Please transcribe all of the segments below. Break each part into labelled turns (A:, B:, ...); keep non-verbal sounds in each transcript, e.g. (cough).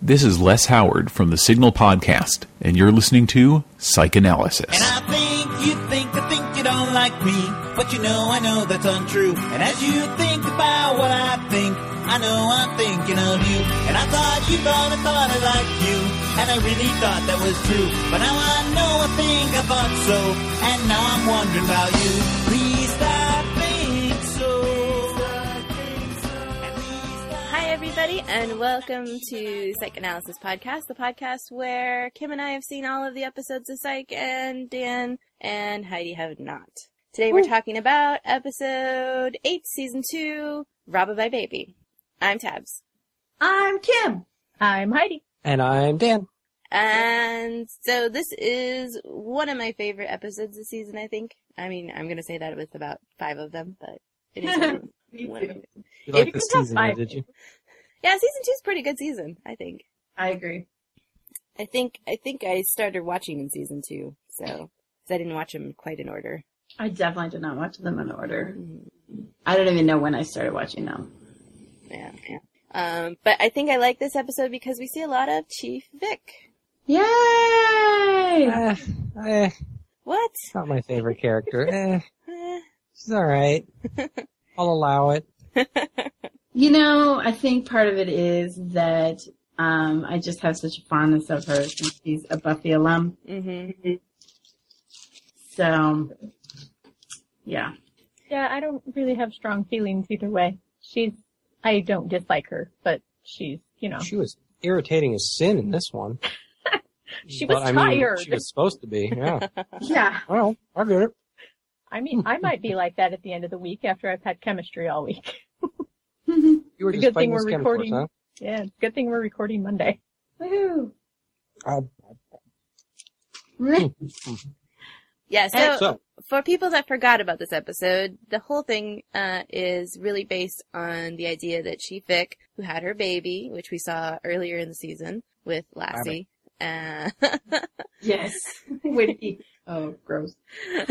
A: This is Les Howard from the Signal Podcast, and you're listening to
B: And
A: Psychanalysis.
B: I think you think I think you don't like me, but you know I know that's untrue. And as you think about what I think, I know I'm thinking of you. And I thought you thought I thought I liked you, and I really thought that was true. But now I know I think I thought so, and now I'm wondering about you. Please stop think so.
C: Hi, everybody, and welcome to Psychanalysis Podcast, the podcast where Kim and I have seen all of the episodes of Psych, and Dan and Heidi have not. Today we're talking about episode 8, season 2, Rob by Baby. I'm Tabs.
D: I'm Kim. I'm Heidi.
E: And I'm Dan.
C: And so this is one of my favorite episodes this season, I think. I mean, I'm gonna say that with about five of them, but it is one of them.
E: You
C: If
E: like
C: you
E: this
D: could have
E: season,
D: five-
E: did you?
C: Yeah, season two's a pretty good season, I think.
D: I agree.
C: I think I think I started watching in season two, so 'cause I didn't watch them quite in order.
D: I definitely did not watch them in order.
C: Mhm.
D: I don't even know when I started watching them.
C: Yeah, yeah. Um, but I think I like this episode because we see a lot of Chief Vic.
D: Yay! Uh,
E: Eh, eh,
C: What?
E: it's not my favorite character. Eh,
C: Eh,
E: she's
F: (laughs)
E: alright. I'll allow it.
D: You know, I think part of it is that um, I just have such a fondness of her since she's a Buffy alum.
C: mhm.
D: So, yeah.
F: Yeah, I don't really have strong feelings either way. She's, I don't dislike her, but she's, you know,
E: She was irritating as sin in this one.
F: (laughs) She was
E: But, I mean,
F: tired.
E: she was supposed to be, yeah.
F: (laughs)
D: (laughs) Yeah.
E: well, I get it.
F: I mean, I might be like that at the end of the week after I've had chemistry all week. (laughs)
E: You were
F: It's a
E: just
F: good
E: fighting
F: thing
E: this
F: we're
E: chemicals,
F: recording.
E: huh?
F: Yeah, it's a good thing we're recording Monday. (laughs)
D: Woohoo.
E: Um,
C: Yeah.
E: Uh,
C: So,
E: so,
C: for people that forgot about this episode, the whole thing uh, is really based on the idea that Chief Vic, who had her baby, which we saw earlier in the season with Lassie. Uh, (laughs)
D: (laughs) yes. Would he? Oh, gross.
C: (laughs)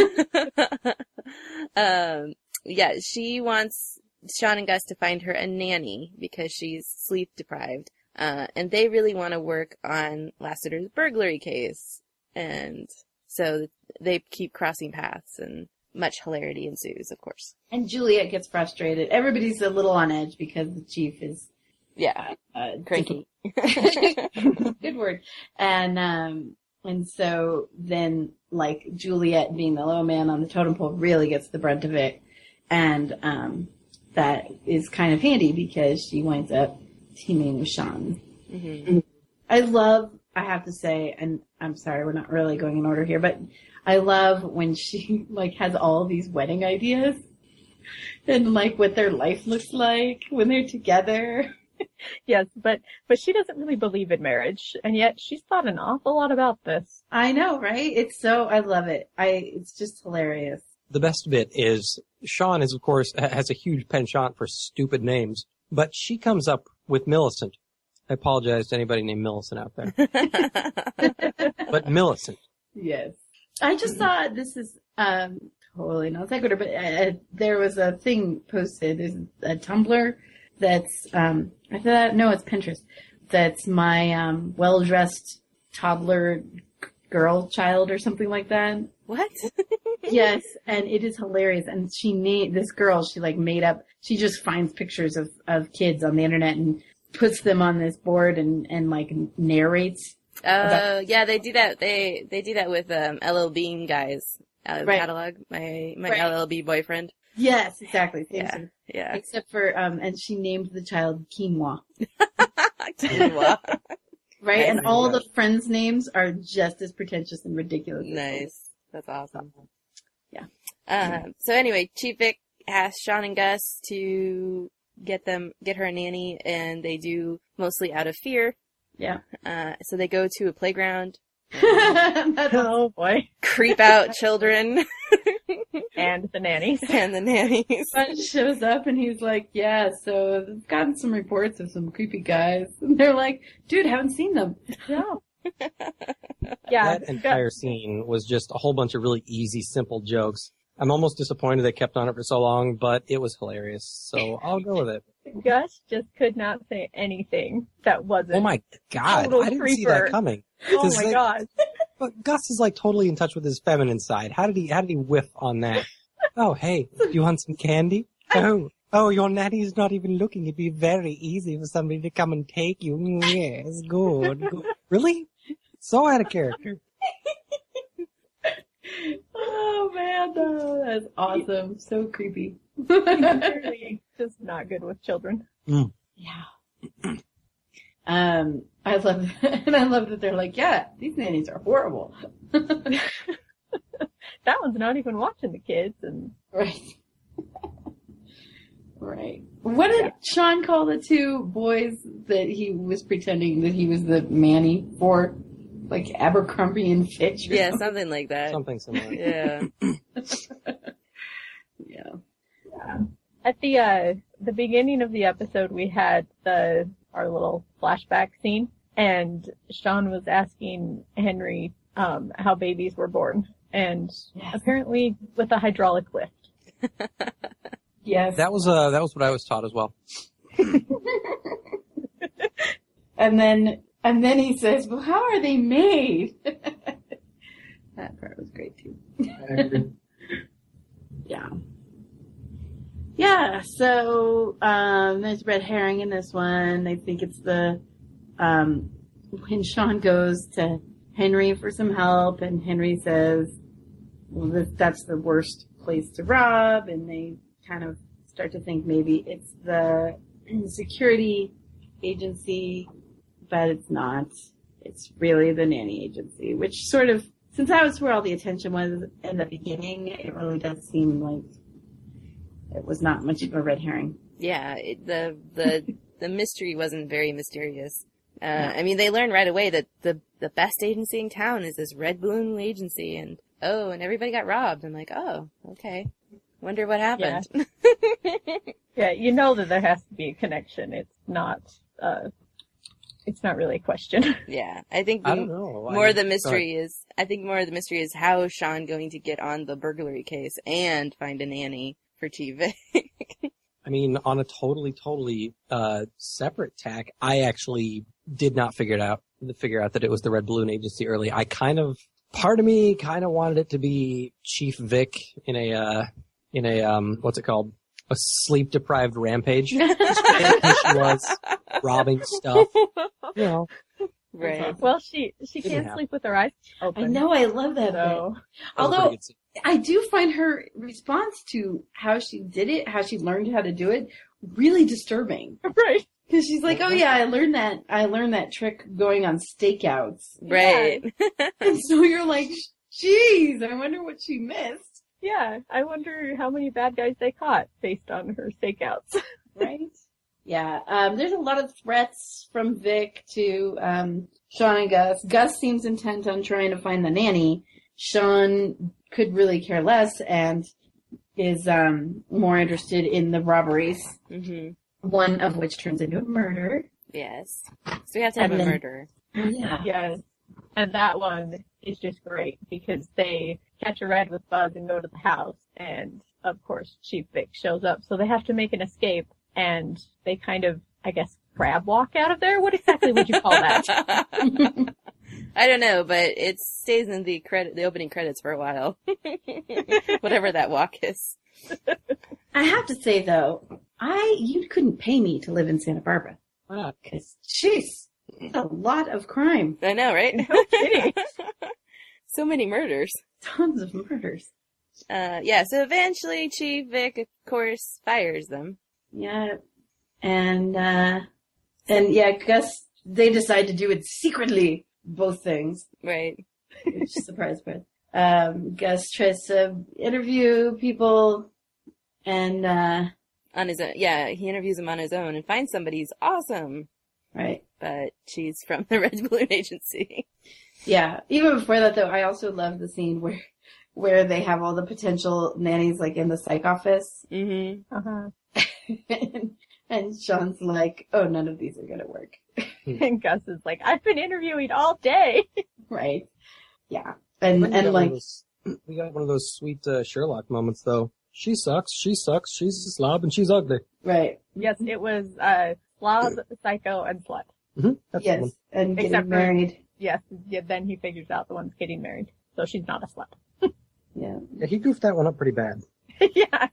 C: um, yeah, she wants Sean and Gus to find her a nanny because she's sleep deprived. Uh, and they really want to work on Lassiter's burglary case. And so they keep crossing paths and much hilarity ensues, of course.
D: And Juliet gets frustrated. Everybody's a little on edge because the chief is
C: Yeah.
D: uh,
C: Cranky.
D: (laughs) good word. And um, and so then like Juliet being the low man on the totem pole really gets the brunt of it, and um, that is kind of handy because she winds up teaming with Sean.
C: hmm
D: I love. I have to say, and I'm sorry, we're not really going in order here, but I love when she (laughs) like has all these wedding ideas and like what their life looks like when they're together.
F: Yes, but, but she doesn't really believe in marriage, and yet she's thought an awful lot about
E: (laughs)
F: this. (laughs)
D: I know, right? It's so I love it. I it's just hilarious.
E: the best bit is Sean is, of course, ha- has a huge penchant for stupid names, but she comes up with Millicent. I apologize to anybody named Millicent out
F: (laughs)
E: there. but Millicent.
D: Yes. I just saw this is um totally not sequitur, but uh, there was a thing posted. There's a Tumblr that's um I thought no, it's Pinterest. That's my um well dressed toddler g- girl child or something like that. (laughs)
C: What?
D: yes, and it is hilarious. And she made this girl. She like made up. She just finds pictures of of kids on the internet and puts them on this board and and like narrates.
C: Oh, yeah, they do that. They they do that with um, LL Bean guys out of
D: Right.
C: catalog. My my
D: Right.
C: LLB boyfriend.
D: Yes, exactly. Same
C: Yeah.
D: sort of- (laughs)
C: Yeah.
D: Except for um, and she named the child quinoa.
C: Quinoa.
D: Right,
C: Nice.
D: and all the friends' names are just as pretentious and ridiculous. (laughs)
C: Nice. That's awesome.
D: Yeah.
C: Um, so anyway, Chief Vic asks Sean and Gus to get them, get her a nanny, and they do mostly out of fear.
D: Yeah.
C: Uh, so they go to a playground,
D: That's-
F: Oh boy.
C: creep (laughs) out children
F: And the nannies. (laughs)
C: and the nannies.
D: One shows up and he's like, "Yeah, so I've gotten some reports of some creepy guys." And they're like, "Dude, haven't seen them."
F: No. Yeah.
E: that
F: Gus-
E: entire scene was just a whole bunch of really easy, simple
F: (laughs)
E: jokes. I'm almost disappointed they kept on it for so long, but it was hilarious. So I'll go with it.
F: Gus just could not say anything that wasn't.
E: Oh my god,
F: Total
E: I didn't see that
F: creeper.
E: coming.
F: Oh
E: Does
F: my
E: that-
F: god. (laughs)
E: But Gus is like totally in touch with his feminine side. How did he? How did he whiff on
F: (laughs)
E: that? Oh hey, do you want some candy? Oh. Oh, your nanny's not even looking. It'd be very easy for somebody to come and take you.
F: (laughs)
E: Mm, Yes, good. good. Really? So out of
F: (laughs)
E: character.
D: Oh man, oh, that's awesome. So creepy.
F: Clearly just not good with children.
D: Yeah. Um, I love, (laughs) and I love that they're like, yeah, these nannies are horrible. (laughs)
F: That one's not even watching the kids and
D: Right. right. What did Sean call the two boys that he was pretending that he was the Manny for? Like Abercrombie and Fitch? or
C: Yeah, (laughs) something like that.
E: Something similar.
C: Yeah.
D: Yeah.
F: at the uh the beginning of the episode we had the our little flashback scene and Sean was asking Henry um how babies were born and
D: Yes.
F: apparently with a hydraulic lift.
D: Yes.
E: That was uh, that was what I was taught as well.
D: and then, and then he says, well, how are they made? (laughs) that part was great too. (laughs) Yeah. Yeah, so um, there's red herring in this one. I think it's the um, when Sean goes to Henry for some help, and Henry says, well, that, that's the worst place to rob, and they kind of start to think maybe it's the security agency, but it's not. It's really the nanny agency, which sort of, since that was where all the attention was in the beginning, it really does seem like it was not much of a red herring.
C: Yeah, it, the
E: (laughs)
C: the the mystery wasn't very mysterious. Uh, I mean, they learn right away that the the best agency in town is this Red Balloon agency, and oh, and everybody got robbed. I'm like, oh, okay. Wonder what happened.
F: Yeah, you know that there has to be a connection. It's not uh it's not really a question.
C: (laughs) yeah, I think
E: I
C: the-
E: don't know. I
C: more of the
E: mean,
C: mystery is I think more of the mystery is how is Sean going to get on the burglary case and find a nanny for (laughs)
E: (laughs)
C: TV.
E: I mean, on a totally, totally uh, separate tack, I actually did not figure it out. Figure out that it was the Red Balloon Agency early. I kind of, part of me, kind of wanted it to be Chief Vic in a, uh, in a, um, what's it called? A sleep
C: (laughs)
E: deprived rampage. Just in case she was robbing stuff. You know,
C: right.
F: (laughs) well, she she
E: Didn't
F: can't
E: happen.
F: sleep with her eyes open.
D: I know, I love that though.
E: that was
F: So
E: a pretty
D: Although-
E: good scene.
D: I do find her response to how she did it, how she learned how to do it, really disturbing.
F: (laughs) right.
D: Because she's like, "Oh yeah, I learned that. I learned that trick going on stakeouts."
C: Right.
D: And so you're like, "Jeez, I wonder what she missed."
F: Yeah, I wonder how many bad guys they caught based on her stakeouts.
D: right? Yeah. Um, there's a lot of threats from Vic to um, Sean and Gus. Gus seems intent on trying to find the nanny. Sean could really care less and is um, more interested in the robberies,
C: hmm
D: one of which turns into a murder.
C: Yes. So we have to have
D: And
C: a
D: then-
C: murderer.
D: Yeah.
F: yes. And that one is just great because they catch a ride with Buzz and go to the house and of course Chief Vic shows up. So they have to make an escape and they kind of, I guess, crab walk out of there. What exactly would you call (laughs) that?
C: (laughs) I don't know, but it stays in the credit, the opening credits for a while. (laughs) Whatever that walk is.
D: I have to say though, I you couldn't pay me to live in Santa Barbara
E: Why not?
D: because jeez, that's a lot of crime,
C: I know, right?
F: No kidding.
C: (laughs) so many murders.
D: tons of murders.
C: Uh, yeah, so eventually Chief Vic, of course, fires them.
D: Yeah. And, uh, and yeah, Gus, they decide to do it secretly, both things,
C: Right.
D: which surprised me. Um, Gus tries to interview people and, uh,
C: On his own. Yeah, he interviews him on his own and finds somebody who's awesome,
D: right.
C: but she's from the (laughs) Red Balloon Agency.
D: Yeah. Even before that though, I also love the scene where, where they have all the potential nannies like in the psych office (laughs)
C: Mm-hmm.
F: Uh-huh.
D: and, and Sean's like, oh, none of these are going to work.
F: And Gus is like, I've been interviewing all day.
D: Right. Yeah. And,
E: We got
D: and
E: one of
D: like,
E: those- we got one of those sweet uh, Sherlock moments though. She sucks. She sucks. She's a slob and she's ugly.
D: Right.
F: Yes, it was uh, slob, psycho, and slut.
E: That's the
D: yes.
E: one.
D: And getting
F: Except for-
D: married.
F: Yes, yeah, then he figures out the one's getting married, so she's not a slut. (laughs)
D: Yeah.
E: Yeah, he goofed that one up pretty bad.
F: yeah,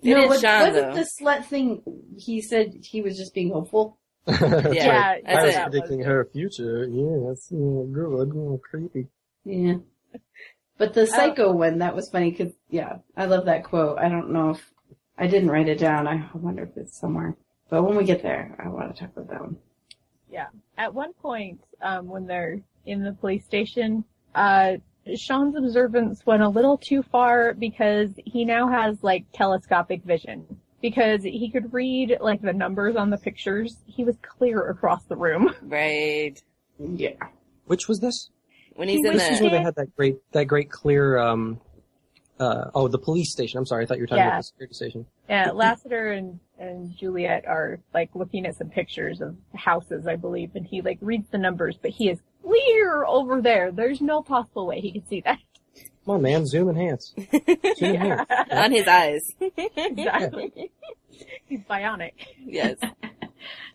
C: It is
D: what-
C: Sean, though.
D: wasn't the slut thing? He said he was just being hopeful.
E: (laughs) That's
C: Yeah,
E: right.
F: yeah,
C: that's
E: I was
C: it.
E: predicting her future. Yeah, that's uh, good, good, creepy.
D: Yeah. But the psycho one, that was funny because, yeah, I love that quote. I don't know if I didn't write it down. I wonder if it's somewhere. But when we get there, I want to talk about that one.
F: At one point, um, when they're in the police station, uh, Sean's observance went a little too far because he now has like telescopic vision. Because he could read like the numbers on the pictures, he was clear across the room. (laughs)
C: Right.
D: Yeah.
E: Which was this?
C: When he's
F: He
C: in
F: was
E: This is
C: the
E: where they had that great, that great clear. Um, uh, oh, the police station. I'm sorry, I thought you were talking
F: Yeah.
E: about the security station.
F: Yeah, Lassiter and, and Juliet are like looking at some pictures of houses, I believe, and he like reads the numbers, but he is clear over there. There's no possible way he could see that.
E: Come on, man, zoom enhance. Zoom
C: (laughs)
F: Yeah.
E: enhance.
C: on his eyes.
F: (laughs) exactly. He's bionic.
C: yes.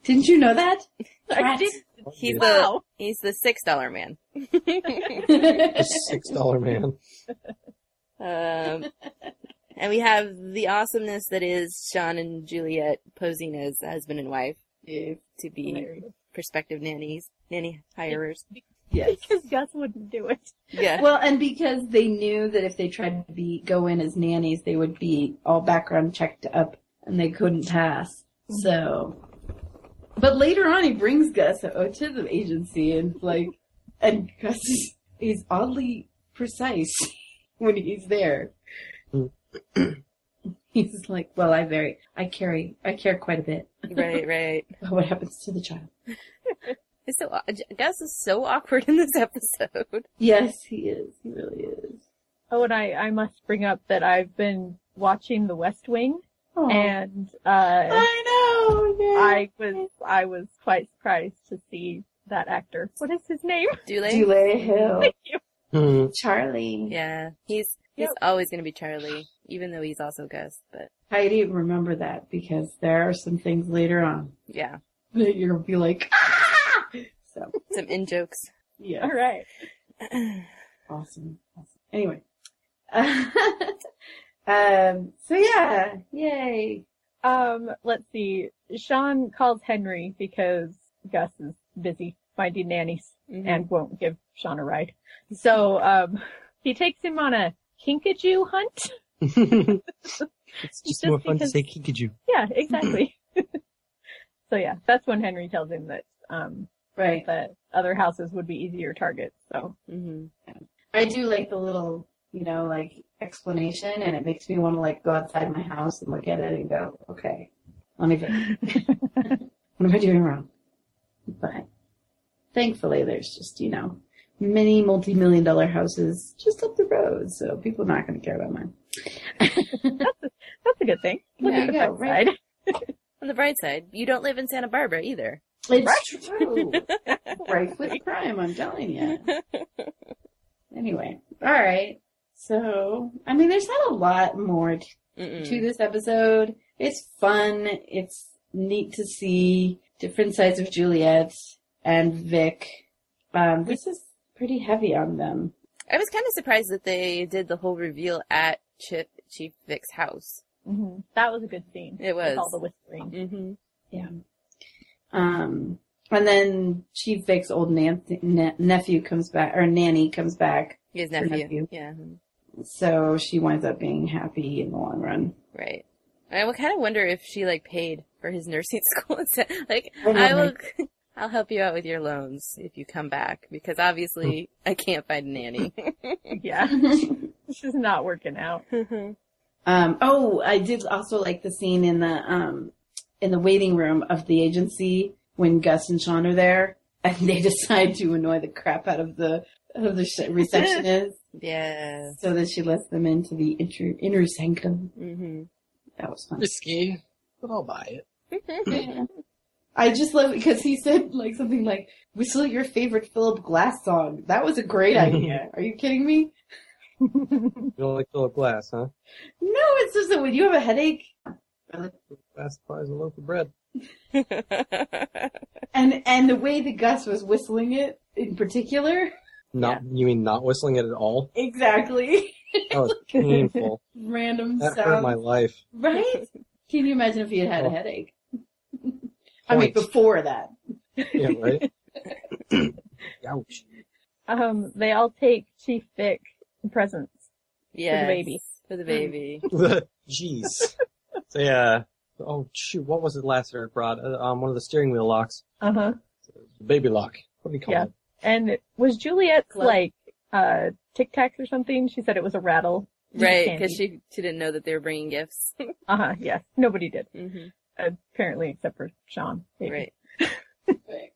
D: Didn't you know that?
F: (laughs) I did-
C: He's the
F: wow.
C: he's the six dollar (laughs) man.
D: (laughs)
E: The six dollar man. (laughs)
C: Um, and we have the awesomeness that is Sean and Juliet posing as husband and wife
D: Yeah.
C: to be prospective nannies, nanny hirers.
D: yes.
F: (laughs) Because Gus wouldn't do it.
C: (laughs) Yeah.
D: Well, and because they knew that if they tried to be go in as nannies, they would be all background checked up, and they couldn't pass. So, but later on, he brings Gus uh, to the agency, and like, and Gus is, is oddly precise (laughs) when he's (clears throat) there. he's like, "Well, I very, I carry, I care quite a bit
C: Right, right.
D: about what happens to the child."
C: It's so Gus is so awkward in this (laughs) episode.
D: Yes, he is. He really is.
F: Oh, and I, I must bring up that I've been watching The West Wing,
D: Aw.
F: and uh,
D: I know. yeah.
F: I was I was quite surprised to see that actor. What is his name?
C: Dule?
D: Dule
F: (laughs)
D: Hill.
E: Hmm.
D: Charlie.
C: Yeah. He's he's
F: Yep.
C: always gonna be Charlie, even though he's also Gus, but
D: Heidi, remember that because there are some things later on
C: yeah.
D: that you're gonna be like, (laughs) ah! So,
C: Some in jokes. (clears throat) Mm-hmm.
D: yeah.
F: All right.
D: Awesome. awesome. Anyway. (laughs) um, so yeah. Yay.
F: Um, let's see. Sean calls Henry because Gus is busy finding nannies
D: Mm-hmm.
F: and won't give Sean a ride. So, um, he takes him on a kinkajou hunt.
E: it's
F: Just
E: just more fun to
F: because-
E: say Kikiju.
F: Yeah,
C: (clears throat)
F: exactly. so yeah, that's when Henry tells him that, um,
D: Right.
F: that other houses would be easier targets. So
C: hmm
D: I do like the little, you know, like explanation and it makes me want to like go outside my house and look at it and go, okay, let me think. what am I doing wrong? But thankfully there's just, you know, many multi-million dollar houses just up the road. So people are not going to care about mine.
F: that's a good thing. Look
D: There
F: at the
D: you
F: bright
D: go, right?
F: side.
C: On the bright side, you don't live in Santa Barbara either.
D: It's true. Rife with crime, I'm telling you. Anyway, all right. So, I mean, there's not a lot more to
C: Mm-mm.
D: to this episode. It's fun. It's neat to see different sides of Juliet and Vic. Um, this is pretty heavy on them.
C: I was kind of surprised that they did the whole reveal at Chip Chief Vic's house.
F: hmm That was a good scene.
C: Mm-hmm. It was.
F: with all the
C: (laughs)
F: whispering.
C: Mm-hmm.
D: Um, and then Chief Vic's old nan- ne- nephew comes back, or nanny comes back.
C: His
D: Her
C: nephew.
D: nephew.
C: Yeah.
D: So she winds up being happy in the long run.
C: (laughs) Right. I would kind of wonder if she like paid for his nursing (laughs) school. and said, like,
D: Oh,
C: I will,
D: my-
C: (laughs) I'll help you out with your loans if you come back because obviously I can't find a nanny.
F: Yeah, (laughs) this is not working out. (laughs)
D: Um, oh, I did also like the scene in the um, in the waiting room of the agency when Gus and Sean are there, (laughs) and they decide to annoy the crap out of the of the sh- receptionist
C: yeah.
D: so that she lets them into the inter- inner sanctum.
C: (laughs) hmm
D: That was fun.
E: Risky, but I'll buy it.
D: I just love it because he said like something like "whistle your favorite Philip Glass song." That was a great idea. Are you kidding me?
E: You don't like Philip Glass, huh?
D: No, it's just that when you have a headache,
E: Glass applies a loaf of bread.
D: and and the way that Gus was whistling it in particular,
E: Not you mean not whistling it at all?
D: exactly
E: That was painful.
D: random
E: that hurt
D: sound,
E: my life.
D: (laughs) right? (laughs) Can you imagine if he had had a
E: Oh.
D: headache? I mean,
E: Point.
D: before that,
E: Yeah, (laughs) right. Ouch.
F: Um, they all take Chief Vic presents.
C: yeah,
F: baby.
C: For the baby.
E: (laughs) Jeez. So yeah. Oh shoot, what was it last that I brought? Uh, um, one of the steering wheel locks,
F: Uh
C: Uh-huh.
F: huh.
E: the baby lock. What do you call
F: Yeah.
E: it?
F: And it- was Juliet's
D: Glove.
F: like uh Tic Tacs or something? She said it was a rattle.
C: right, because she, she didn't know that they were bringing gifts.
F: Uh huh. Yes. Nobody did
C: hmm
F: apparently, except for Sean. Maybe.
C: Right.
D: Right.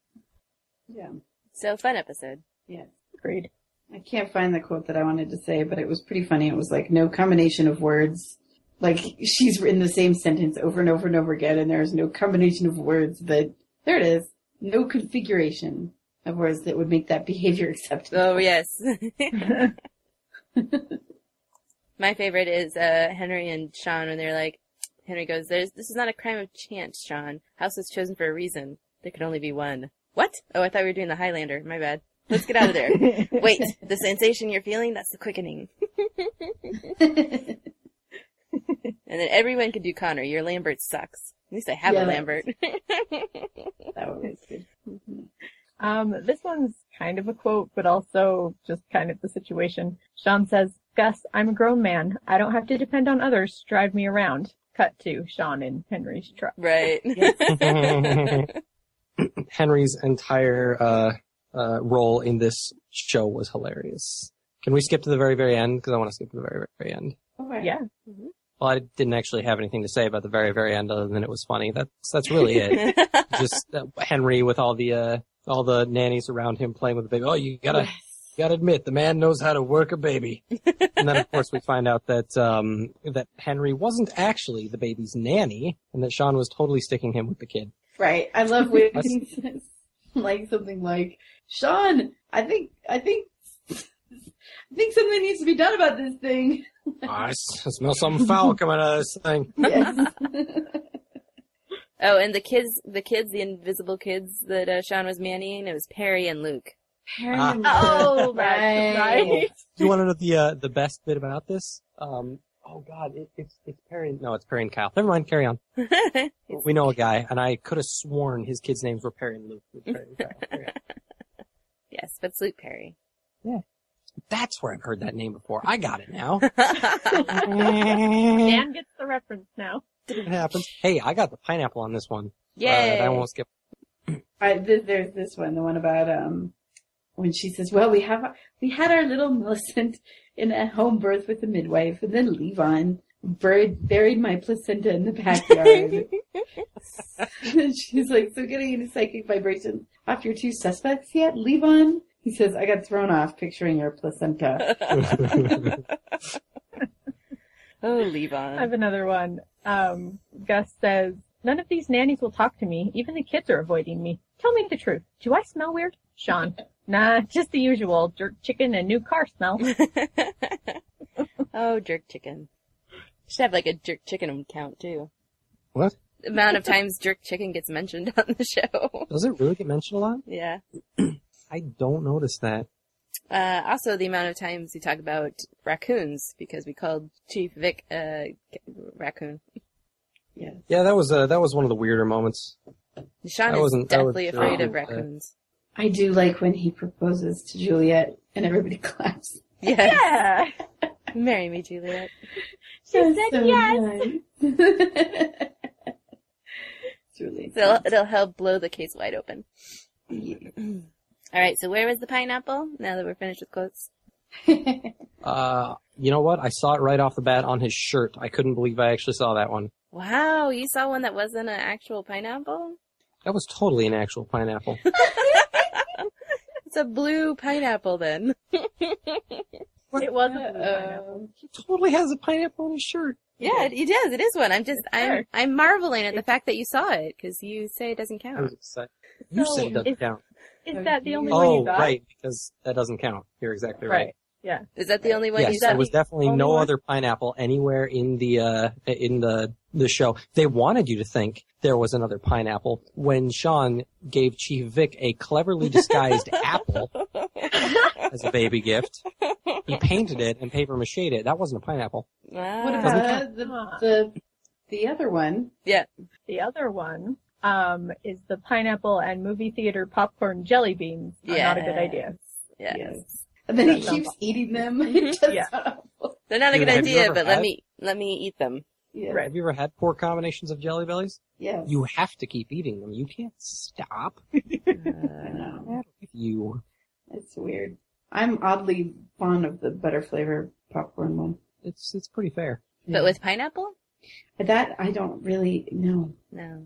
D: yeah,
C: So fun episode.
D: yeah.
F: Agreed.
D: I can't find the quote that I wanted to say, but it was pretty funny. It was like no combination of words. Like she's written the same sentence over and over and over again, and there is no combination of words that there it is. No configuration of words that would make that behavior (laughs) acceptable.
C: Oh yes. My favorite is uh, Henry and Sean when they're like, Henry goes, "There's this is not a crime of chance, Sean. House was chosen for a reason. There could only be one." What? Oh, I thought we were doing the Highlander. My bad. Let's get out of there. Wait, the sensation you're feeling, that's the quickening.
E: Oh.
D: (laughs)
C: And then everyone can do Connor. Your Lambert sucks. At least I have a
D: Yeah.
C: Lambert.
D: that one was good. Mhm.
F: Um, this one's kind of a quote, but also just kind of the situation. Sean says, Gus, I'm a grown man. I don't have to depend on others to drive me around. Cut to Sean in Henry's truck.
C: right. (laughs)
E: (laughs) Henry's entire uh, uh, role in this show was hilarious. Can we skip to the very, very end? Because I want to skip to the very, very end.
D: Okay.
F: Yeah.
E: Well, I didn't actually have anything to say about the very, very end other than it was funny. That's that's really (laughs) it. Just uh, Henry with all the uh, all the nannies around him playing with the baby. Oh, you gotta you gotta admit the man knows how to work a baby. and then of course we find out that um, that Henry wasn't actually the baby's nanny, and that Sean was totally sticking him with the kid.
D: Right. I love when he says like something like, Sean, I think, I think, I think something needs to be done about this thing.
E: I s- I smell something foul coming out of this thing.
D: Yes.
C: (laughs) oh, and the kids, the kids, the invisible kids that uh, Sean was manning, it was Perry and Luke.
E: Ah.
F: Oh,
D: Right.
E: You want to know the uh, the best bit about this? Um, oh God, it, it's it's Perry. and- No, it's Perry and Kyle. Never mind. Carry on.
C: (laughs)
E: We know a guy, and I could have sworn his kids' names were Perry and Luke. Perry and Kyle. Carry on.
C: yes, but it's Luke Perry.
E: That's where I've heard that name before. I got it now. (laughs) Uh,
F: Dan gets the reference now.
E: it happens. Hey, I got the pineapple on this one.
C: Yay!
E: Uh, I won't skip.
D: I, th- there's this one, the one about um, when she says, "Well, we have we had our little Millicent in a home birth with the midwife, and then Levon buried buried my placenta in the
F: (laughs)
D: backyard." (laughs) and she's like, "So getting into psychic vibrations off your two suspects yet, Levon?" He says, "I got thrown off picturing your
F: (laughs)
D: placenta."
C: oh,
F: I have
C: Levon.
F: another one. Um, Gus says, none of these nannies will talk to me. Even the kids are avoiding me. Tell me the truth. Do I smell weird? Sean. Nah, just the usual jerk chicken and new car
D: (laughs)
F: smell.
C: (laughs) oh, jerk chicken. Should have like a jerk chicken count too.
E: What?
C: The amount of times jerk chicken gets mentioned (laughs) on the show.
E: Does it really get mentioned a lot?
C: yeah.
E: I don't notice that.
C: Uh, also, the amount of times we talk about raccoons because we called Chief Vic a raccoon.
D: yeah.
E: Yeah, that was uh, that was one of the weirder moments.
C: Sean
E: That
C: is
E: wasn't- that
C: deathly
E: was-
C: afraid
E: uh,
C: of raccoons.
D: I do like when he proposes to Juliet, and everybody (laughs) claps.
C: Yes.
F: Yeah.
C: Marry me, Juliet.
F: She said
D: That's so
F: yes.
D: nice. (laughs) it's really
C: So it'll, it'll help blow the case wide open. All right, so where was the pineapple? Now that we're finished with quotes.
D: (laughs)
E: Uh, you know what? I saw it right off the bat on his shirt. I couldn't believe I actually saw that one.
C: Wow, you saw one that wasn't an actual pineapple?
E: That was totally an actual pineapple.
C: It's a blue pineapple then. (laughs)
F: It
D: Um,
F: wasn't.
D: Uh-oh.
E: (laughs) he totally has a pineapple on his shirt.
C: Yeah, it, it is. It is one. I'm just, I'm,
F: Sure.
C: I'm marveling at the fact that you saw it because you say it doesn't
E: I was
C: count.
E: excited. You
F: So
E: said it doesn't
F: if-
E: count.
F: Is that the only
D: Oh,
F: one
E: Oh,
F: you got?
E: right, because that doesn't count. You're exactly right.
F: Right. Yeah.
C: Is that the only one you
E: yes,
C: saw?
E: there was
C: (laughs)
E: definitely
F: only
E: no
F: one?
E: other pineapple anywhere in the uh, in the the show. They wanted you to think there was another pineapple when Sean gave Chief Vic a cleverly disguised apple as a baby gift. He painted it and paper mached it. That wasn't a pineapple.
C: Wow.
D: What
F: Ah.
D: about uh, the, the, the, the other one?
F: The other one um, is the pineapple and movie theater popcorn jelly beans. are Not a good idea.
C: Yes.
D: Yes. And then he
F: That's
D: keeps eating them. (laughs)
C: Mhm.
D: It just-
F: Yeah.
C: They're not a
E: Dude,
C: good
E: have you
C: idea,
E: ever
C: but
E: had-
C: let me let me eat them.
D: yeah.
F: Right.
E: Have you ever had poor combinations of jelly bellies?
D: Yes.
E: You have to keep eating them. You can't stop.
D: I know.
E: You
D: It's weird. I'm oddly fond of the butter flavor popcorn one.
E: it's it's pretty fair.
D: Yeah.
C: But with pineapple?
D: But that I don't really know.
C: No.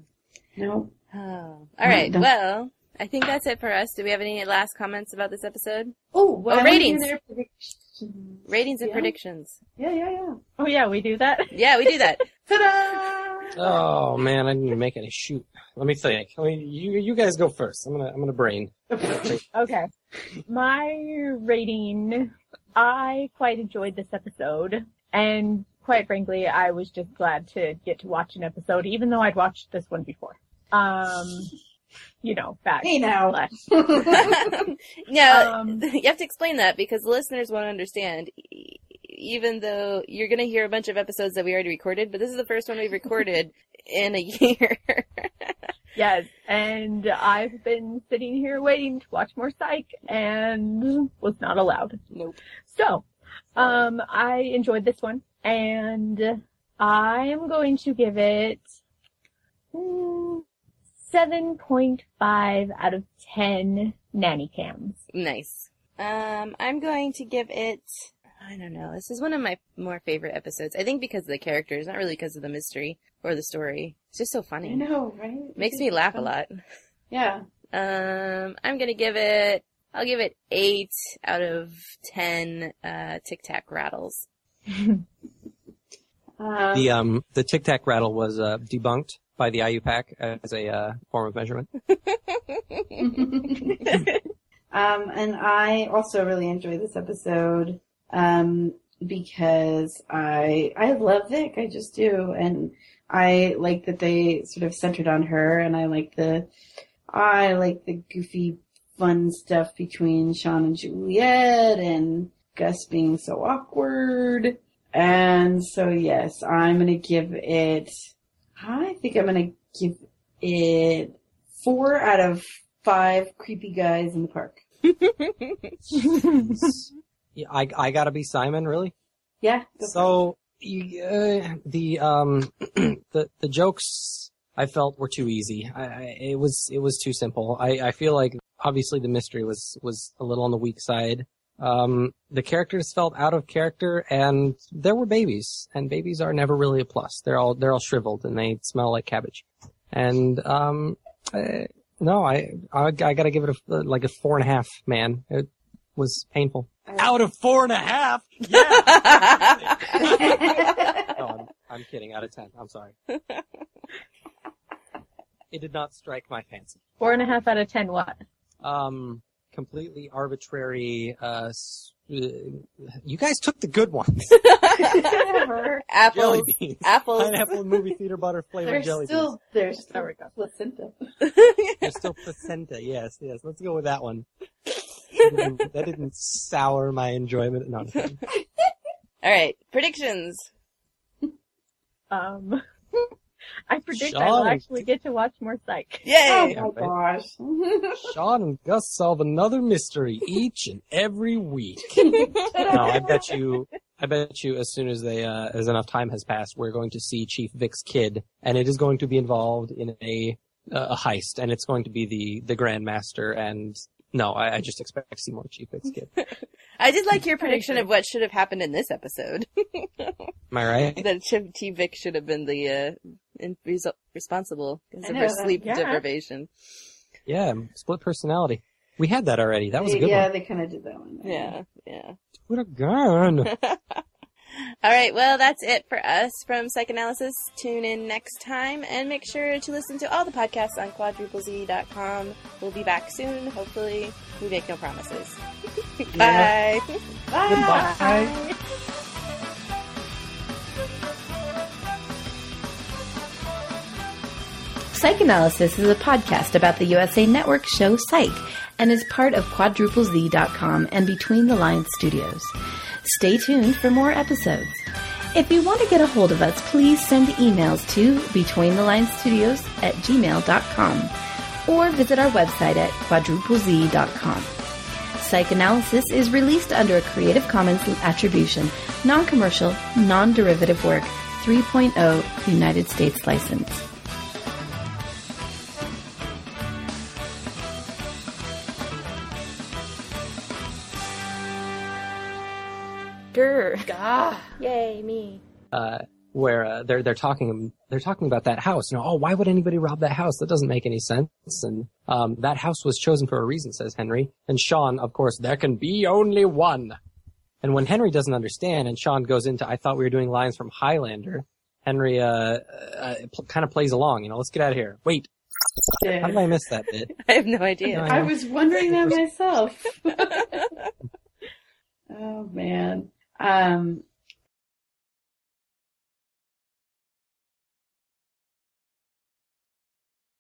D: No.
C: Oh. All right.
D: don't-
C: Well, I think that's it for us. Do we have any last comments about this episode?
D: Oh, well,
C: Oh,
D: I wanna hear
C: ratings.
D: their predictions.
C: Ratings and
D: Yeah.
C: predictions.
D: Yeah, yeah, yeah.
F: Oh yeah, we do
D: (laughs)
F: that.
C: Yeah, we do (laughs) that.
D: Ta-da!
E: Oh man, I didn't even make any shoot. Let me think. I mean, you you guys go first. I'm gonna I'm gonna brain.
F: Okay. My rating, I quite enjoyed this episode. And quite frankly, I was just glad to get to watch an episode, even though I'd watched this one before. Um, you know, back.
D: hey now.
C: now, (laughs)
F: Um,
C: you have to explain that because listeners won't understand. E- Even though you're going to hear a bunch of episodes that we already recorded, but this is the first one we've (laughs) recorded in a year. (laughs)
F: Yes, and I've been sitting here waiting to watch more Psych and was not allowed.
C: Nope.
F: So, um, I enjoyed this one and I am going to give it mm, 7.5 out of 10 nanny cams.
C: Nice. Um, I'm going to give it. I don't know. This is one of my more favorite episodes. I think because of the characters, not really because of the mystery or the story. It's just so
D: (laughs) I
C: funny.
D: know, right?
C: Makes me laugh a lot.
D: Yeah.
C: Um, I'm gonna give it. I'll give it eight out of ten. Uh, Tic Tac rattles.
D: Um,
E: The um the tic tac rattle was uh, debunked by the IUPAC as a uh, form of measurement.
D: um, and I also really enjoyed this episode um, because I I love Vic, I just do, and I like that they sort of centered on her, and I like the I like the goofy fun stuff between Sean and Juliet, and Gus being so awkward, and so yes, I'm gonna give it. I think I'm gonna give it four out of five creepy guys in the park.
E: Yeah, (laughs) I I gotta be Simon really.
D: Yeah. go for
E: So you, uh, the um (clears throat) the the jokes I felt were too easy. I, I it was it was too simple. I I feel like obviously the mystery was was a little on the weak side. Um, the characters felt out of character, and there were babies, and babies are never really a plus. They're all they're all shriveled and they smell like cabbage. And um, uh, no, I, I I gotta give it a like a four and a half. Man, it was painful.
D: it.
E: Out of four and a half. Yeah. No, Oh, I'm, I'm kidding. Out of ten. I'm (laughs) sorry. it did not strike my fancy.
F: Four and a half out of 10 what?
E: Um, completely arbitrary. Uh, s- uh, you guys took the good (laughs) ones.
D: (laughs)
F: Whatever.
E: jelly
C: apples,
E: beans, (laughs)
C: apples. (laughs)
E: pineapple, and movie theater butter flavored
D: There's
E: jelly beans.
D: still there's
F: There
D: still
F: we go.
D: placenta.
E: (laughs) They're still placenta. Yes, yes. Let's go with that one. That didn't, that didn't sour my enjoyment. No, I'm kidding.
C: All right, predictions.
F: Um, (laughs) I predict I
E: Sean.
F: will actually get to watch more Psych.
C: Yay!
E: Yeah,
D: oh my gosh.
E: Sean and Gus solve another mystery each and every week.
D: Oh.
E: no, I bet you, I bet you, as soon as they, uh, as enough time has passed, we're going to see Chief Vic's kid, and it is going to be involved in a uh, a heist, and it's going to be the the Grand Master. And no, I, I just expect to see more Chief Vic's kid.
C: (laughs) I did like your prediction of what should have happened in this episode. (laughs)
E: Am I right?
C: that Chip T. Vic should have been the uh, in- resu- responsible because
D: I
C: of
D: know
C: her
D: that,
C: sleep
F: yeah.
C: deprivation.
E: Yeah, split personality. We had that already. That was a good
D: yeah,
E: one.
D: they kind of did that one.
C: Yeah, yeah.
E: What a gun!
G: All right, well, that's it for us from Psychanalysis. Tune in next time and make sure to listen to all the podcasts on quadruplez.com. We'll be back soon, hopefully. We make no promises. (laughs) Bye.
E: Goodbye.
C: Psychanalysis is a podcast about the USA Network show Psych and is part of quadruplez.com and Between the Lines Studios. Stay tuned for more episodes. If you want to get a hold of us, please send emails to betweenthelines.studios at gmail.com or visit our website at quadruplez.com. Psychanalysis is released under a Creative Commons Attribution, non commercial, non derivative work 3.0 United States license.
H: Grr.
D: God.
H: Yay, me.
E: uh, where uh, they're they're talking they're talking about that house. You know, oh, why would anybody rob that house? That doesn't make any sense. And um, that house was chosen for a reason, says Henry. And Sean, of course, there can be only one. And when Henry doesn't understand, and Sean goes into, I thought we were doing lines from Highlander. Henry uh, uh, pl- kind of plays along. You know, let's get out of here. Wait, how did I miss that bit?
G: I have no idea.
D: I was wondering (laughs)
E: (laughs)
D: that myself. oh man. Um,